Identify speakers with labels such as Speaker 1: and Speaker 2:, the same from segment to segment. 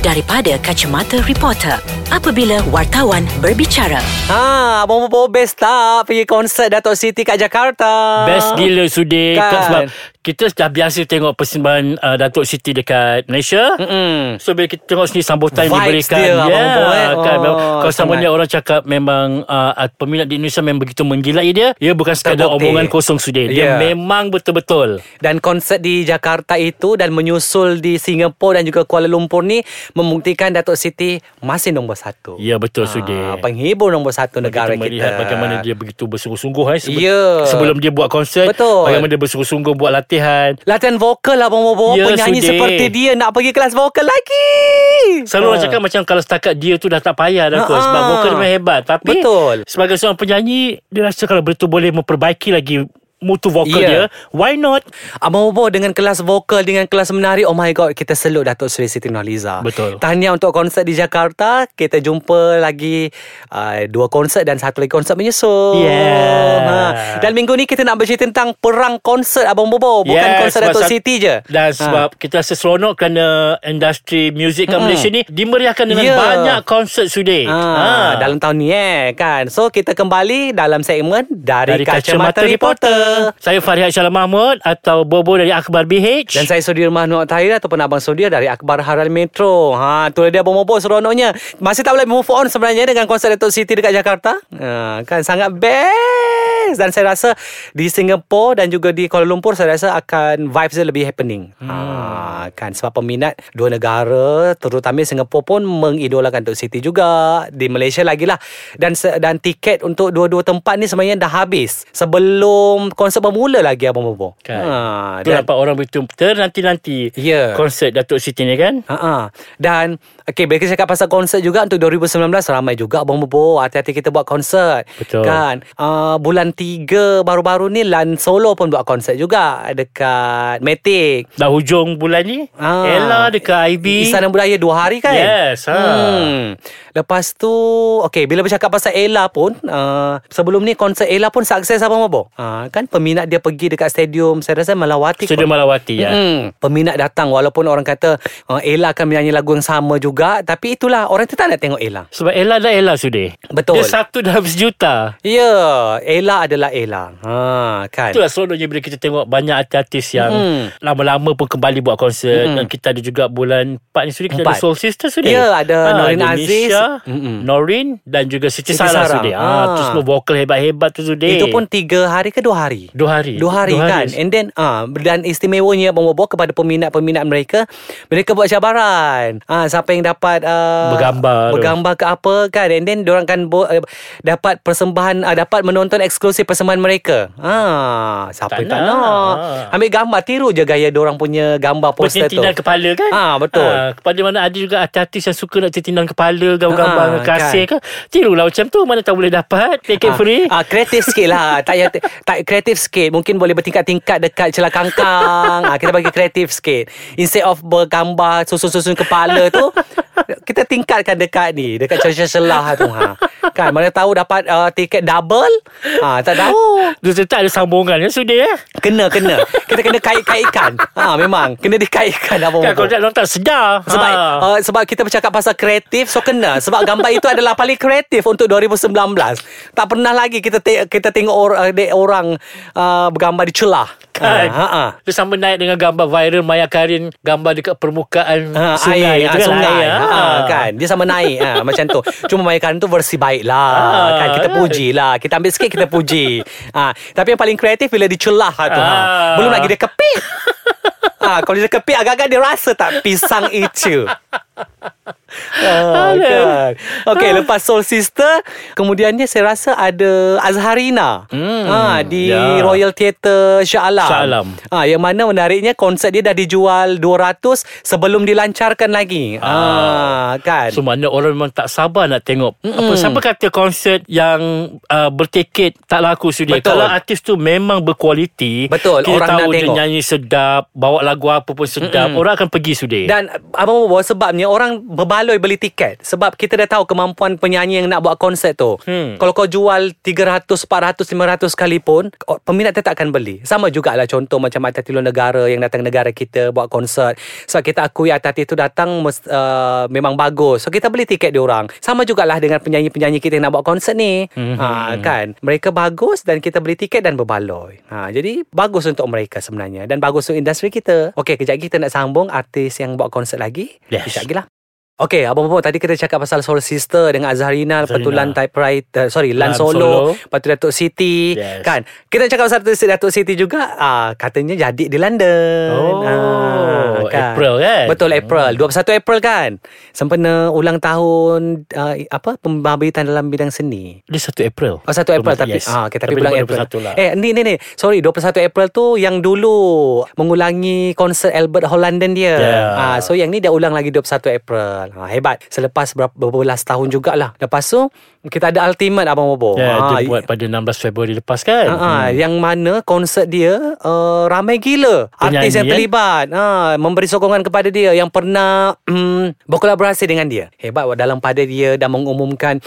Speaker 1: daripada kacamata reporter apabila wartawan berbicara.
Speaker 2: Ha, Abang Bobo best tak pergi konsert Dato' Siti kat Jakarta?
Speaker 3: Best gila Sudi
Speaker 2: Kan?
Speaker 3: kan. Sebab kita sudah biasa tengok persembahan uh, Datuk Siti dekat Malaysia
Speaker 2: Mm-mm.
Speaker 3: So bila kita tengok sini Sambutan
Speaker 2: Mm. Vibes
Speaker 3: diberikan
Speaker 2: dia, Abang Bobo, eh?
Speaker 3: kan, memang,
Speaker 2: Oh,
Speaker 3: Kalau samanya
Speaker 2: sangat.
Speaker 3: orang cakap Memang uh, uh, Peminat di Indonesia Memang begitu menggilai dia Ia bukan sekadar
Speaker 2: Terbukti. Ya.
Speaker 3: omongan kosong Sudi Dia
Speaker 2: Yeah.
Speaker 3: memang betul-betul
Speaker 2: Dan konsert di Jakarta itu dan menyusul di Singapura dan juga Kuala Lumpur ni membuktikan Dato' Siti masih nombor satu.
Speaker 3: Ya betul Sudi
Speaker 2: Ah, penghibur nombor satu negara
Speaker 3: kita melihat
Speaker 2: kita.
Speaker 3: bagaimana dia begitu bersungguh-sungguh eh, sebe-
Speaker 2: Ya.
Speaker 3: sebelum dia buat konsert
Speaker 2: Betul.
Speaker 3: bagaimana dia bersungguh-sungguh buat latihan
Speaker 2: Latihan vokal lah Abang Bobo.
Speaker 3: Ya,
Speaker 2: Penyanyi
Speaker 3: Sudi.
Speaker 2: seperti dia nak pergi kelas vokal lagi.
Speaker 3: Selalu orang
Speaker 2: Ah.
Speaker 3: cakap macam Kalau setakat dia tu dah tak payah dah kot
Speaker 2: Ha-ha.
Speaker 3: Sebab vokal dia memang hebat Tapi
Speaker 2: Betul.
Speaker 3: Sebagai seorang penyanyi Dia rasa kalau betul boleh Memperbaiki lagi Mutu
Speaker 2: Ya.
Speaker 3: vokal yeah. dia Why not
Speaker 2: Abang Bobo dengan kelas vokal Dengan kelas menari Oh my god Kita seluk Datuk Seri Siti Nurhaliza
Speaker 3: Betul.
Speaker 2: Tahniah untuk konsert di Jakarta Kita jumpa lagi uh, Dua konsert Dan satu lagi konsert menyusul Ha.
Speaker 3: Yeah.
Speaker 2: Dan minggu ni kita nak bercerita tentang Perang konsert Abang Bobo Bukan
Speaker 3: Yes,
Speaker 2: konsert
Speaker 3: sebab
Speaker 2: Datuk
Speaker 3: sat-
Speaker 2: Siti je
Speaker 3: Dan
Speaker 2: Ha.
Speaker 3: sebab kita rasa seronok kerana industri muzik kat
Speaker 2: Mm-mm.
Speaker 3: Malaysia ni dimeriahkan dengan
Speaker 2: Ya.
Speaker 3: banyak konsert Ha. sudi.
Speaker 2: Ah, dalam tahun ni eh kan. So kita kembali dalam segmen dari, kacamata, reporter.
Speaker 3: Saya Farihat Shalom Mahmud atau Bobo dari Akhbar BH.
Speaker 2: Dan saya Sudir Mahmud Tahir ataupun Abang Sudir dari Akbar Haral Metro. Ha, tu dia bomo seronoknya. Masih tak boleh move on sebenarnya dengan konsert Datuk Siti dekat Jakarta. Ha, kan sangat best. Dan saya rasa di Singapura dan juga di Kuala Lumpur saya rasa akan vibes dia lebih happening. Ha, kan sebab peminat dua negara terutama Singapura pun mengidolakan Datuk Siti juga. Di Malaysia lagilah. Dan se- dan tiket untuk dua-dua tempat ni sebenarnya dah habis sebelum konsert bermula lagi Abang Bobo.
Speaker 3: Kan.
Speaker 2: Ha,
Speaker 3: tu nampak orang begitu ternanti-nanti
Speaker 2: Ya.
Speaker 3: konsert Datuk Siti ni kan.
Speaker 2: Ha Dan Okay bila kita cakap pasal konsert juga Untuk 2019 Ramai juga Abang Bobo Hati-hati kita buat konsert
Speaker 3: Betul.
Speaker 2: Kan uh, Bulan 3 Baru-baru ni Lan Solo pun buat konsert juga Dekat Matic
Speaker 3: Dah hujung bulan ni
Speaker 2: Ah.
Speaker 3: Ella dekat IB
Speaker 2: Istana Budaya dua hari kan
Speaker 3: Yes, ha.
Speaker 2: hmm. Lepas tu Okay bila bercakap pasal Ella pun uh, Sebelum ni konsert Ella pun sukses Abang Bobo uh, Kan peminat dia pergi dekat stadium Saya rasa Melawati
Speaker 3: Studio Malawati ya.
Speaker 2: Mm, peminat datang walaupun orang kata uh, Ella akan menyanyi lagu yang sama juga tapi itulah orang tu tak nak tengok Ella.
Speaker 3: Sebab Ella dah Ella sudah
Speaker 2: Betul.
Speaker 3: Dia satu dalam sejuta
Speaker 2: Ya, yeah, Ella adalah Ella. Ha, kan.
Speaker 3: Itulah seronoknya bila kita tengok banyak artis-artis yang
Speaker 2: Mm.
Speaker 3: lama-lama pun kembali buat konsert dan kita ada juga bulan 4 ni sudi kita
Speaker 2: Empat.
Speaker 3: ada Soul Sister sudi.
Speaker 2: Ya, ada Norin
Speaker 3: ada
Speaker 2: Aziz.
Speaker 3: Nisha,
Speaker 2: Mm-mm.
Speaker 3: Norin dan juga Siti
Speaker 2: Siti
Speaker 3: Sarah
Speaker 2: Sarah.
Speaker 3: sudi.
Speaker 2: Ah.
Speaker 3: Ah, tu semua vokal hebat-hebat tu sudi.
Speaker 2: Itu pun tiga hari ke dua hari?
Speaker 3: Dua hari.
Speaker 2: Dua hari
Speaker 3: Dua
Speaker 2: kan
Speaker 3: hari.
Speaker 2: And then ah Dan istimewanya Abang Bobo Kepada peminat-peminat mereka Mereka buat cabaran ah Siapa yang dapat ah,
Speaker 3: Bergambar tu.
Speaker 2: Bergambar ke apa kan And then diorang kan bo- eh, Dapat persembahan ah, Dapat menonton eksklusif persembahan mereka ah Siapa
Speaker 3: Tak
Speaker 2: yang tak
Speaker 3: nak.
Speaker 2: nak Ambil gambar Tiru je gaya diorang punya gambar poster tu
Speaker 3: Bertindinan kepala kan
Speaker 2: Ah, betul.
Speaker 3: Ah, Kepala mana ada juga artis-artis yang suka nak tindinan kepala Gambar-gambar
Speaker 2: Ah,
Speaker 3: dengan kasih kan. ke Tirulah macam tu Mana tahu boleh dapat Take it
Speaker 2: Ah,
Speaker 3: free
Speaker 2: ah, Kreatif sikit lah Tak payah tak, Kreatif sikit Mungkin boleh bertingkat-tingkat Dekat celah kangkang ah, Kita bagi kreatif sikit Instead of bergambar Susun-susun kepala tu Kita tingkatkan dekat ni Dekat celah-celah tu ha. Kan mana tahu dapat uh, Tiket double ah, Tak tahu
Speaker 3: Oh. Dia tetap ada sambungan ya Sudah ya
Speaker 2: Kena kena Kita kena kait-kaitkan ha, Memang Kena dikaitkan apa
Speaker 3: Kan kalau tak orang tak sedar
Speaker 2: Oh, sebab
Speaker 3: Ah.
Speaker 2: uh, sebab kita bercakap pasal kreatif so kena sebab gambar itu adalah paling kreatif untuk 2019. Tak pernah lagi kita te- kita tengok or- uh, de- orang uh, bergambar di celah. Ha,
Speaker 3: Kan
Speaker 2: ha, ha.
Speaker 3: Dia sama naik dengan gambar viral Maya Karin Gambar dekat permukaan
Speaker 2: Ha,
Speaker 3: sungai
Speaker 2: air, ah,
Speaker 3: tu kan,
Speaker 2: sungai
Speaker 3: air,
Speaker 2: ha,
Speaker 3: ah.
Speaker 2: kan dia sama naik ha, macam tu cuma Mayakan tu versi baik lah
Speaker 3: Ah,
Speaker 2: kan kita
Speaker 3: kan.
Speaker 2: puji lah kita ambil sikit kita puji ha, tapi yang paling kreatif bila dicelah ha, tu ha.
Speaker 3: Ah.
Speaker 2: belum lagi dia kepit ha, kalau dia kepit agak-agak dia rasa tak pisang itu Ah, kan.
Speaker 3: Ah.
Speaker 2: Okay lepas Soul Sister Kemudiannya saya rasa ada Azharina hmm, ha, Di
Speaker 3: ya.
Speaker 2: Royal Theatre Shah Alam
Speaker 3: Shah Alam.
Speaker 2: ha, Yang mana menariknya Konsert dia dah dijual 200 Sebelum dilancarkan lagi ha, Kan
Speaker 3: So maknanya orang memang tak sabar nak tengok apa, Siapa kata konsert yang uh, bertiket tak laku sudi
Speaker 2: Betul.
Speaker 3: Kalau artis tu memang berkualiti
Speaker 2: Betul,
Speaker 3: Kita
Speaker 2: orang
Speaker 3: tahu
Speaker 2: nak
Speaker 3: dia
Speaker 2: tengok.
Speaker 3: nyanyi sedap Bawa lagu apa pun sedap Orang akan pergi sudi
Speaker 2: Dan abang bawa sebabnya orang berbaloi beli beli tiket Sebab kita dah tahu Kemampuan penyanyi yang nak buat konsert tu
Speaker 3: Hmm.
Speaker 2: Kalau kau jual 300, 400, 500 kali pun oh, Peminat tetap akan beli Sama jugalah contoh Macam Atati Luar Negara Yang datang negara kita Buat konsert Sebab kita akui Atati tu datang mes- uh, Memang bagus So kita beli tiket diorang Sama jugalah dengan penyanyi-penyanyi kita Yang nak buat konsert ni hmm. ha, Kan Mereka bagus Dan kita beli tiket dan berbaloi ha, Jadi bagus untuk mereka sebenarnya Dan bagus untuk industri kita Okey kejap lagi kita nak sambung Artis yang buat konsert lagi
Speaker 3: Yes.
Speaker 2: Kejap lagi lah Okey, abang-abang tadi kita cakap pasal Soul Sister dengan Azharina, lepas tu
Speaker 3: Azharina.
Speaker 2: Lan Typewriter, sorry, Lan,
Speaker 3: Lan
Speaker 2: Solo,
Speaker 3: Solo.
Speaker 2: lepas tu Datuk Siti,
Speaker 3: Yes.
Speaker 2: kan. Kita cakap pasal Datuk Siti, Datuk Siti juga, ah katanya jadi di London. Ah,
Speaker 3: Oh, April kan?
Speaker 2: Betul April, 21 April kan. Sempena ulang tahun ah, apa pembabitan dalam bidang seni.
Speaker 3: Dia 1 April
Speaker 2: Oh 1 April tapi
Speaker 3: Yes.
Speaker 2: ah okay, tapi, bulan
Speaker 3: dia
Speaker 2: April.
Speaker 3: 21 lah.
Speaker 2: Eh ni ni ni. Sorry 21 April tu yang dulu mengulangi konsert Albert Hollanden dia.
Speaker 3: Yeah.
Speaker 2: Ah so yang ni dia ulang lagi 21 April. Ah hebat. Selepas berapa berbelas tahun jugalah. Lepas tu kita ada Ultimate Abang Bobo.
Speaker 3: Ya,
Speaker 2: Ah,
Speaker 3: dia buat pada 16 Februari lepas kan.
Speaker 2: Ah, ah, yang mana konsert dia uh, ramai gila artis
Speaker 3: Penyanyi,
Speaker 2: yang
Speaker 3: kan?
Speaker 2: terlibat ah, memberi sokongan kepada dia yang pernah um, berkolaborasi dengan dia hebat wak, dalam pada dia dan mengumumkan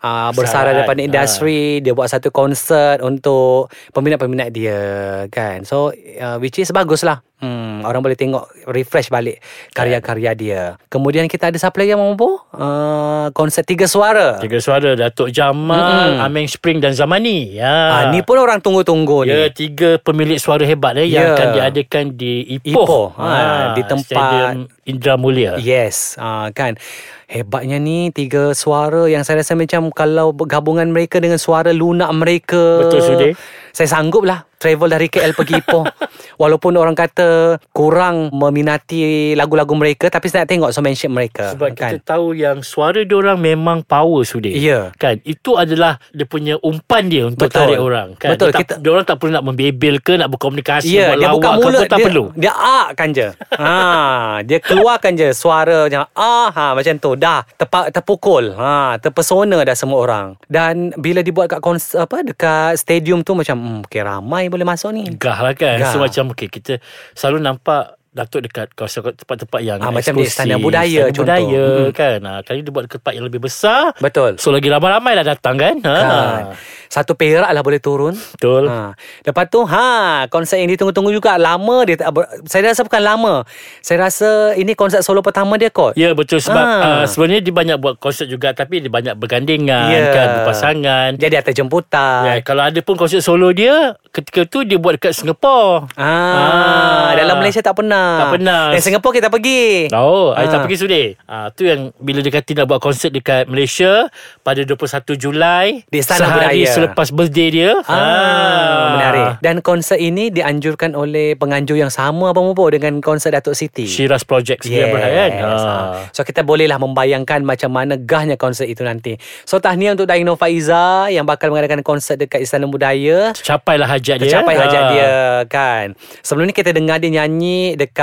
Speaker 2: uh, bersara
Speaker 3: Besaran,
Speaker 2: daripada
Speaker 3: ah.
Speaker 2: industri dia buat satu konsert untuk peminat-peminat dia kan so uh, which is bagus lah hmm, orang boleh tengok refresh balik karya-karya dia kemudian kita ada siapa lagi yang mampu uh, konsert tiga suara
Speaker 3: Tiga suara Datuk Jamal, mm Ameng Spring dan Zamani. Ya.
Speaker 2: Ah, ni pun orang tunggu-tunggu ni
Speaker 3: Ya, tiga pemilik suara hebat
Speaker 2: Ya.
Speaker 3: eh, yang akan diadakan di Ipoh. Ah,
Speaker 2: Ipoh, ha, di tempat-
Speaker 3: Stadium Indra Mulia.
Speaker 2: Yes, uh, kan. Hebatnya ni tiga suara yang saya rasa macam kalau gabungan mereka dengan suara lunak mereka.
Speaker 3: Betul, Sudi.
Speaker 2: Saya sanggup lah travel dari KL pergi Ipoh. Walaupun orang kata kurang meminati lagu-lagu mereka tapi saya nak tengok showmanship mereka.
Speaker 3: Sebab
Speaker 2: kan?
Speaker 3: kita tahu yang suara diorang memang power sudah.
Speaker 2: Ya.
Speaker 3: Kan? Itu adalah dia punya umpan dia untuk
Speaker 2: Betul.
Speaker 3: tarik orang. Kan?
Speaker 2: Betul,
Speaker 3: Dia tak,
Speaker 2: kita-
Speaker 3: diorang tak perlu nak membebel ke, nak berkomunikasi,
Speaker 2: Ya,
Speaker 3: buat
Speaker 2: dia
Speaker 3: lawak
Speaker 2: buka
Speaker 3: ke apa,
Speaker 2: mulut
Speaker 3: tak
Speaker 2: dia,
Speaker 3: perlu.
Speaker 2: Dia ah kan je. Ha, dia keluarkan je suara macam ah ha macam tu. Dah tepa, terpukul. Ha, terpesona dah semua orang. Dan bila dibuat kat kons, apa dekat stadium tu macam hmm okay, ramai boleh masuk ni.
Speaker 3: Gah lah kan
Speaker 2: Gah.
Speaker 3: So macam okay, Kita selalu nampak Datuk dekat kawasan tempat-tempat yang
Speaker 2: Ah, macam di
Speaker 3: eksklusif,
Speaker 2: Istana Budaya
Speaker 3: Istana
Speaker 2: contoh.
Speaker 3: budaya hmm. kan ah, Kali dia buat tempat yang lebih besar
Speaker 2: Betul.
Speaker 3: So lagi ramai-ramai lah datang kan, ha.
Speaker 2: Kan. Satu perak lah boleh turun.
Speaker 3: Betul
Speaker 2: Ha.
Speaker 3: ha.
Speaker 2: Lepas tu ha konsert yang ditunggu-tunggu juga lama dia tak ber, saya rasa bukan lama. Saya rasa ini konsert solo pertama dia kot.
Speaker 3: Ya betul sebab
Speaker 2: Ah.
Speaker 3: ah. sebenarnya dia banyak buat konsert juga Tapi dia banyak bergandengan
Speaker 2: Ya.
Speaker 3: kan Berpasangan
Speaker 2: Dia ada atas jemputan.
Speaker 3: Ya, kalau ada pun konsert solo dia Ketika tu dia buat dekat Singapura
Speaker 2: Ah,
Speaker 3: Ah.
Speaker 2: dalam Malaysia tak pernah.
Speaker 3: Tak pernah.
Speaker 2: Dan Singapura kita pergi.
Speaker 3: Oh, ha.
Speaker 2: Ah.
Speaker 3: I tak pergi sudi ha, Tu yang bila dia kata nak buat konsert dekat Malaysia Pada 21 Julai
Speaker 2: Di Istana
Speaker 3: Sehari
Speaker 2: Budaya.
Speaker 3: selepas birthday dia
Speaker 2: Ah, menarik. Dan konsert ini dianjurkan oleh penganjur yang sama apa Bobo dengan konsert Datuk Siti.
Speaker 3: Shiraz Project 19 yes. kan
Speaker 2: Yes.
Speaker 3: ha.
Speaker 2: Ah. So kita bolehlah membayangkan macam mana gahnya konsert itu nanti. So tahniah untuk Daino Faiza yang bakal mengadakan konsert dekat Istana Budaya.
Speaker 3: Capailah hajat dia
Speaker 2: Tercapai hajat
Speaker 3: Ah.
Speaker 2: dia kan. Sebelum ni kita dengar dia nyanyi dekat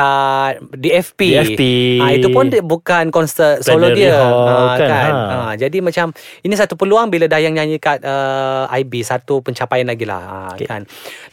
Speaker 2: DFP.
Speaker 3: DFP.
Speaker 2: Ah itu pun dia, bukan konsert solo
Speaker 3: Plenary
Speaker 2: dia.
Speaker 3: Hall,
Speaker 2: Ah,
Speaker 3: kan,
Speaker 2: Ha.
Speaker 3: ha.
Speaker 2: jadi macam ini satu peluang bila Dayang nyanyi kat uh, IB satu pencapaian lagi lah ha, okay. kan.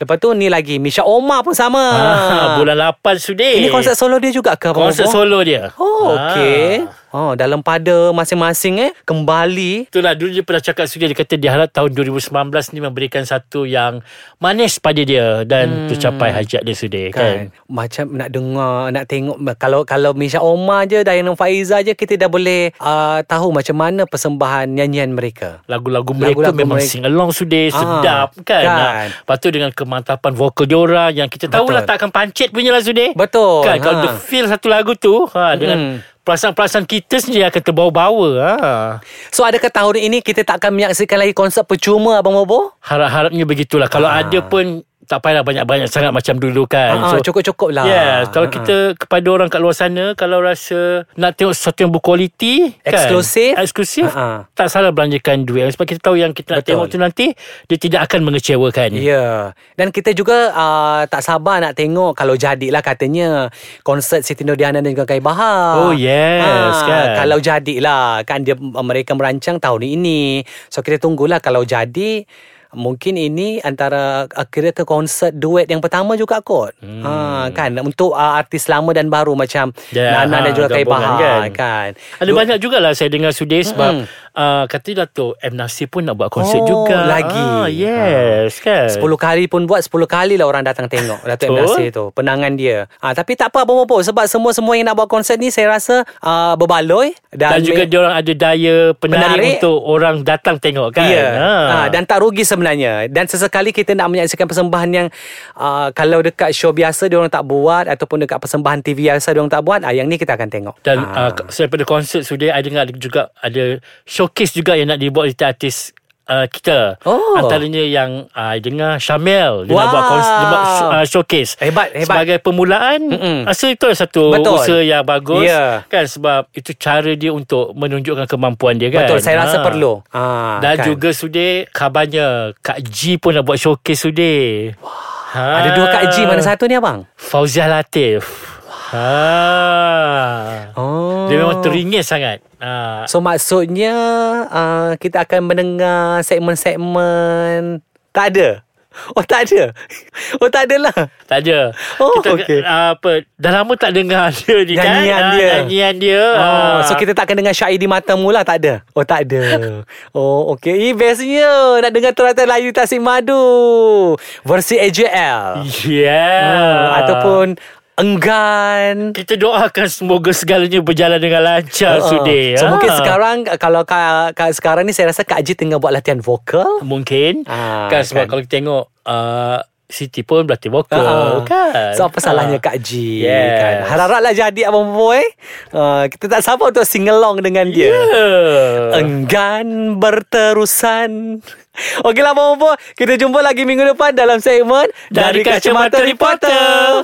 Speaker 2: Lepas tu ni lagi Misha Omar pun sama.
Speaker 3: Ah, bulan 8 sudi
Speaker 2: Ini konsert solo dia juga ke? Abang
Speaker 3: konsert
Speaker 2: Bobo?
Speaker 3: solo dia
Speaker 2: Oh
Speaker 3: Ah.
Speaker 2: okey. Oh dalam pada masing-masing eh kembali
Speaker 3: Itulah dulu dia pernah cakap Sudia Dia kata dia harap tahun 2019 ni Memberikan satu yang Manis pada dia Dan hmm. tercapai hajat dia Sudia
Speaker 2: kan
Speaker 3: kan,
Speaker 2: macam nak dengar nak tengok kalau kalau Misha Omar je Dayana Faiza je kita dah boleh uh, tahu macam mana persembahan nyanyian mereka
Speaker 3: Lagu-lagu mereka
Speaker 2: Lagu-lagu
Speaker 3: memang
Speaker 2: mereka. Ah,
Speaker 3: sing along Sudia Sedap kan,
Speaker 2: kan.
Speaker 3: Ah, Lepas tu dengan kemantapan vokal diorang Yang kita tahulah
Speaker 2: Betul.
Speaker 3: tak akan pancit punya lah Sudia
Speaker 2: Betul,
Speaker 3: Kan kalau
Speaker 2: ha. Hmm.
Speaker 3: dia feel satu lagu tu ha, Dengan Perasaan-perasaan kita sendiri akan terbawa-bawa ha.
Speaker 2: so adakah tahun ini kita tak akan menyaksikan lagi konsert percuma Abang Bobo
Speaker 3: Harap-harapnya begitulah Kalau
Speaker 2: Ah.
Speaker 3: ada pun Tak payahlah banyak-banyak sangat Macam dulu kan
Speaker 2: Ah, cukup-cukup lah
Speaker 3: Yeah,
Speaker 2: Ah,
Speaker 3: kalau kita kepada orang kat luar sana kalau rasa nak tengok sesuatu yang berkualiti,
Speaker 2: Eksklusif.
Speaker 3: kan, eksklusif,
Speaker 2: Ha-ha.
Speaker 3: tak salah belanjakan duit sebab kita tahu yang kita nak
Speaker 2: Betul.
Speaker 3: tengok tu nanti dia tidak akan mengecewakan.
Speaker 2: Ya yeah. Dan kita juga uh, Tak sabar nak tengok Kalau jadilah katanya Konsert Siti Nurdiana Dan juga Kai Bahar Ah,
Speaker 3: Oh, yes, kan.
Speaker 2: Kalau jadilah Kan dia mereka merancang tahun ini So kita tunggulah Kalau jadi Mungkin ini antara uh, kira ke konsert duet yang pertama juga kot. Hmm. Ha kan untuk uh, artis lama dan baru macam
Speaker 3: Ya,
Speaker 2: yeah, Nana
Speaker 3: ha,
Speaker 2: dan juga Kai
Speaker 3: gabungan
Speaker 2: Bahar
Speaker 3: kan.
Speaker 2: kan. kan.
Speaker 3: Ada banyak jugalah saya dengar Sudi sebab uh, katanya Dato' M. Nasir pun nak buat konsert
Speaker 2: Oh,
Speaker 3: juga.
Speaker 2: lagi.
Speaker 3: Ah, yes, kan.
Speaker 2: 10 kali pun buat 10 kali lah orang datang tengok Dato' M.
Speaker 3: Betul.
Speaker 2: Nasir tu Penangan dia ha, Tapi tak apa Abang Bobo Sebab semua-semua yang nak buat konsert ni Saya rasa uh, berbaloi
Speaker 3: Dan juga
Speaker 2: me-
Speaker 3: diorang ada daya penari
Speaker 2: Menarik.
Speaker 3: untuk orang datang tengok kan.
Speaker 2: Ya ha. Dan tak rugi sebenarnya Dan sesekali kita nak menyaksikan persembahan yang uh, Kalau dekat show biasa Diorang tak buat Ataupun dekat persembahan TV biasa Diorang tak buat ha, Yang ni kita akan tengok
Speaker 3: Dan
Speaker 2: Ah.
Speaker 3: uh, selain pada konsert sudah ada dengar ada juga ada showcase juga yang nak dibuat oleh artis uh, kita.
Speaker 2: Oh.
Speaker 3: Antaranya yang uh, I dengar Syamel dia nak
Speaker 2: Wow.
Speaker 3: buat kons- dia buat sh- uh, showcase.
Speaker 2: Hebat, hebat.
Speaker 3: Sebagai permulaan
Speaker 2: Mm-mm.
Speaker 3: rasa itu adalah satu
Speaker 2: Betul.
Speaker 3: usaha yang bagus
Speaker 2: Ya.
Speaker 3: kan sebab itu cara dia untuk menunjukkan kemampuan dia kan.
Speaker 2: Betul saya rasa
Speaker 3: Ha.
Speaker 2: perlu ha,
Speaker 3: Dan juga Sudir Kabarnya Kak G pun nak buat showcase Sudir ha.
Speaker 2: Ada dua Kak G Mana satu ni abang?
Speaker 3: Fauziah Latif ha.
Speaker 2: Oh.
Speaker 3: Dia memang teringin sangat ha.
Speaker 2: So maksudnya uh, kita akan mendengar segmen-segmen tak ada. Oh tak ada. Oh tak adalah.
Speaker 3: Tak ada
Speaker 2: Oh,
Speaker 3: kita,
Speaker 2: okey.
Speaker 3: ah, apa, Dah lama tak dengar dia ni kan
Speaker 2: Nyanyian
Speaker 3: Ah,
Speaker 2: dia.
Speaker 3: Nyanyian dia
Speaker 2: Oh,
Speaker 3: Ah.
Speaker 2: so kita tak akan dengar syair di matamu lah tak ada. Oh tak ada. Oh okey. Eh bestnya nak dengar terata Layu Tasik Madu versi AJL.
Speaker 3: Yeah
Speaker 2: Uh, ataupun enggan.
Speaker 3: Kita doakan semoga segalanya berjalan dengan lancar
Speaker 2: Uh-uh.
Speaker 3: Sudir
Speaker 2: So
Speaker 3: Ah.
Speaker 2: mungkin sekarang kalau kak, kak sekarang ni saya rasa Kak Ji tengah buat latihan vokal.
Speaker 3: Mungkin
Speaker 2: Ah,
Speaker 3: Kan
Speaker 2: kan.
Speaker 3: sebab kalau kita tengok ah, Siti pun berlatih vokal
Speaker 2: Ah,
Speaker 3: kan
Speaker 2: So apa
Speaker 3: Ah.
Speaker 2: salahnya Kak Ji
Speaker 3: Yes.
Speaker 2: kan? Harap-haraplah jadi Abang Boy uh, Kita tak sabar untuk sing along dengan dia
Speaker 3: Yeah.
Speaker 2: Enggan berterusan Okeylah Abang Boy Kita jumpa lagi minggu depan dalam segmen
Speaker 3: Dari Kacamata Reporter.